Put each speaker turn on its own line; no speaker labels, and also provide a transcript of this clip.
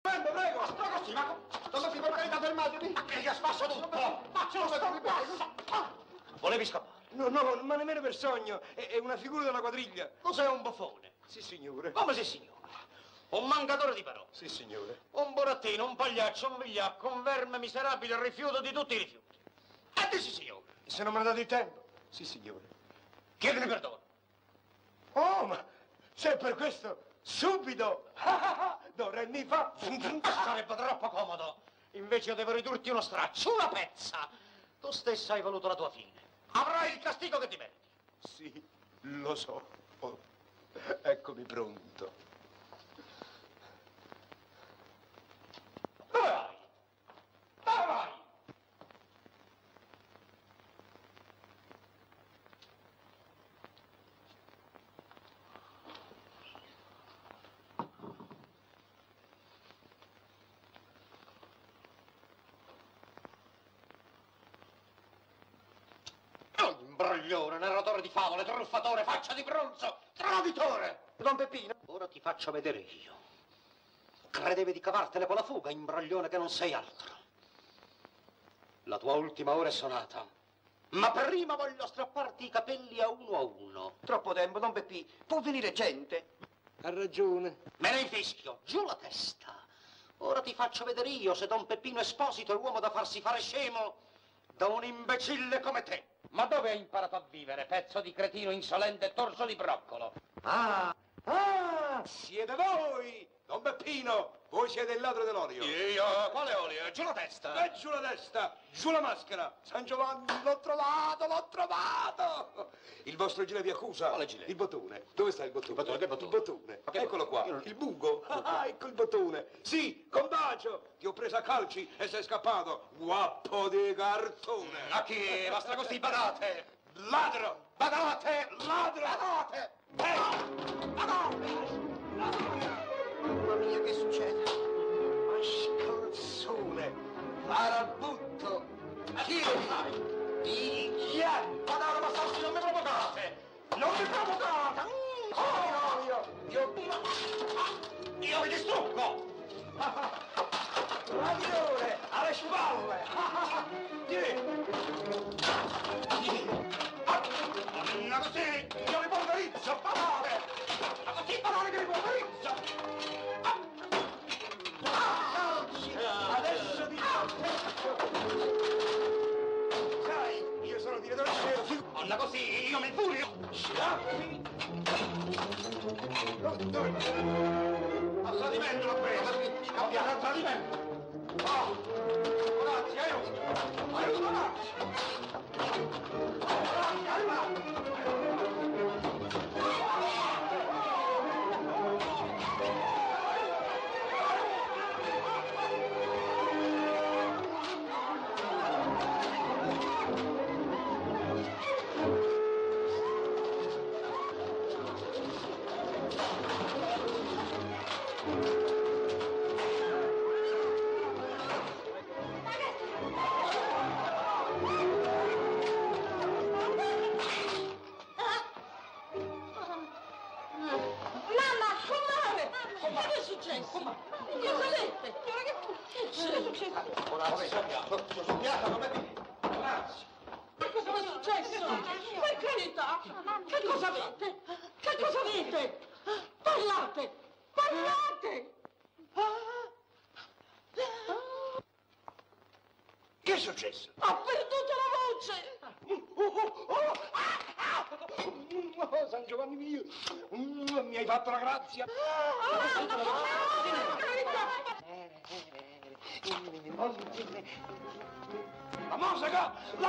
fermo, prego! Ma così, ma così, per carità, fermatevi!
Ma che gli ha spasso tutto?
Ma ce lo scompasso!
Volevi scappare?
No, no, ma nemmeno per sogno. È, è una figura della quadriglia.
Tu sei un buffone.
Sì, signore.
Come sei signore? Un mancatore di parole.
Sì, signore.
Un borattino, un pagliaccio, un vigliacco, un verme miserabile, il rifiuto di tutti i rifiuti. E dici signore,
Se non me ne date il tempo. Sì, signore.
chiedene perdono.
Oh, ma se è per questo, subito. Do, re, mi fa.
Sarebbe troppo comodo. Invece io devo ridurti uno straccio, una pezza. Tu stessa hai voluto la tua fine. Avrai il castigo che ti meriti.
Sì, lo so. Oh, eccomi pronto.
Dove vai? Dove vai? Oh, Imbroglione, narratore di favole, truffatore, faccia di bronzo, traditore! Don Peppino? Ora ti faccio vedere io. Credevi di cavartene con la fuga, imbroglione che non sei altro. La tua ultima ora è sonata. Ma prima voglio strapparti i capelli a uno a uno.
Troppo tempo, don Peppi. Può venire gente.
Ha ragione.
Me ne infischio, giù la testa. Ora ti faccio vedere io se Don Peppino Esposito è l'uomo da farsi fare scemo da un imbecille come te. Ma dove hai imparato a vivere, pezzo di cretino insolente e torso di broccolo?
Ah,
Ah, siete voi, Don Peppino. Voi siete il ladro dell'olio.
Io, quale olio? Giù la testa.
E giù la testa, giù la maschera. San Giovanni, l'ho trovato, l'ho trovato. Il vostro gilet vi accusa.
Quale gilet?
Il bottone. Dove sta il bottone?
bottone, che bottone?
Il bottone.
Ma che
Eccolo
bottone?
qua.
Io non-
Il buco. Ah, ecco il bottone. Sì, con bacio. Ti ho preso a calci e sei scappato. Guappo di cartone.
A chi? Basta così, badate! Ladro! Badate! Ladro! Badate!
Ecco.
mamma mia, che succede?
Ma scalzone, marabutto, chirurgico, pigliante.
Madonna, ma stasera non mi provocate! Non mi provocate! Mm, oh, io! Io, ma- io vi distruggo!
Ragione, alle spalle. Tieni.
Ah, Una così! Io vi polverizzo! Badate! Una così, badate che vi polverizzo!
Adesso ti Sai, io sono direttore cielo, si
Una così, io mi infurio!
scappi. No, dove
A tradimento l'ho preso! Cambiate a tradimento! Oh! Grazie, aiuto! Aiuto, grazie! Grazie, aiuto!
Mamma, comare! Che è successo? Che volete? Che è successo? Che cosa è successo? Per carità! Che cosa avete? Che cosa avete? Parlate! Parlate!
Che è successo?
Ho perduto la voce!
Oh, San Giovanni mio, mm, mi hai fatto la grazia.
Mamma, comare! Per carità!
La musica, la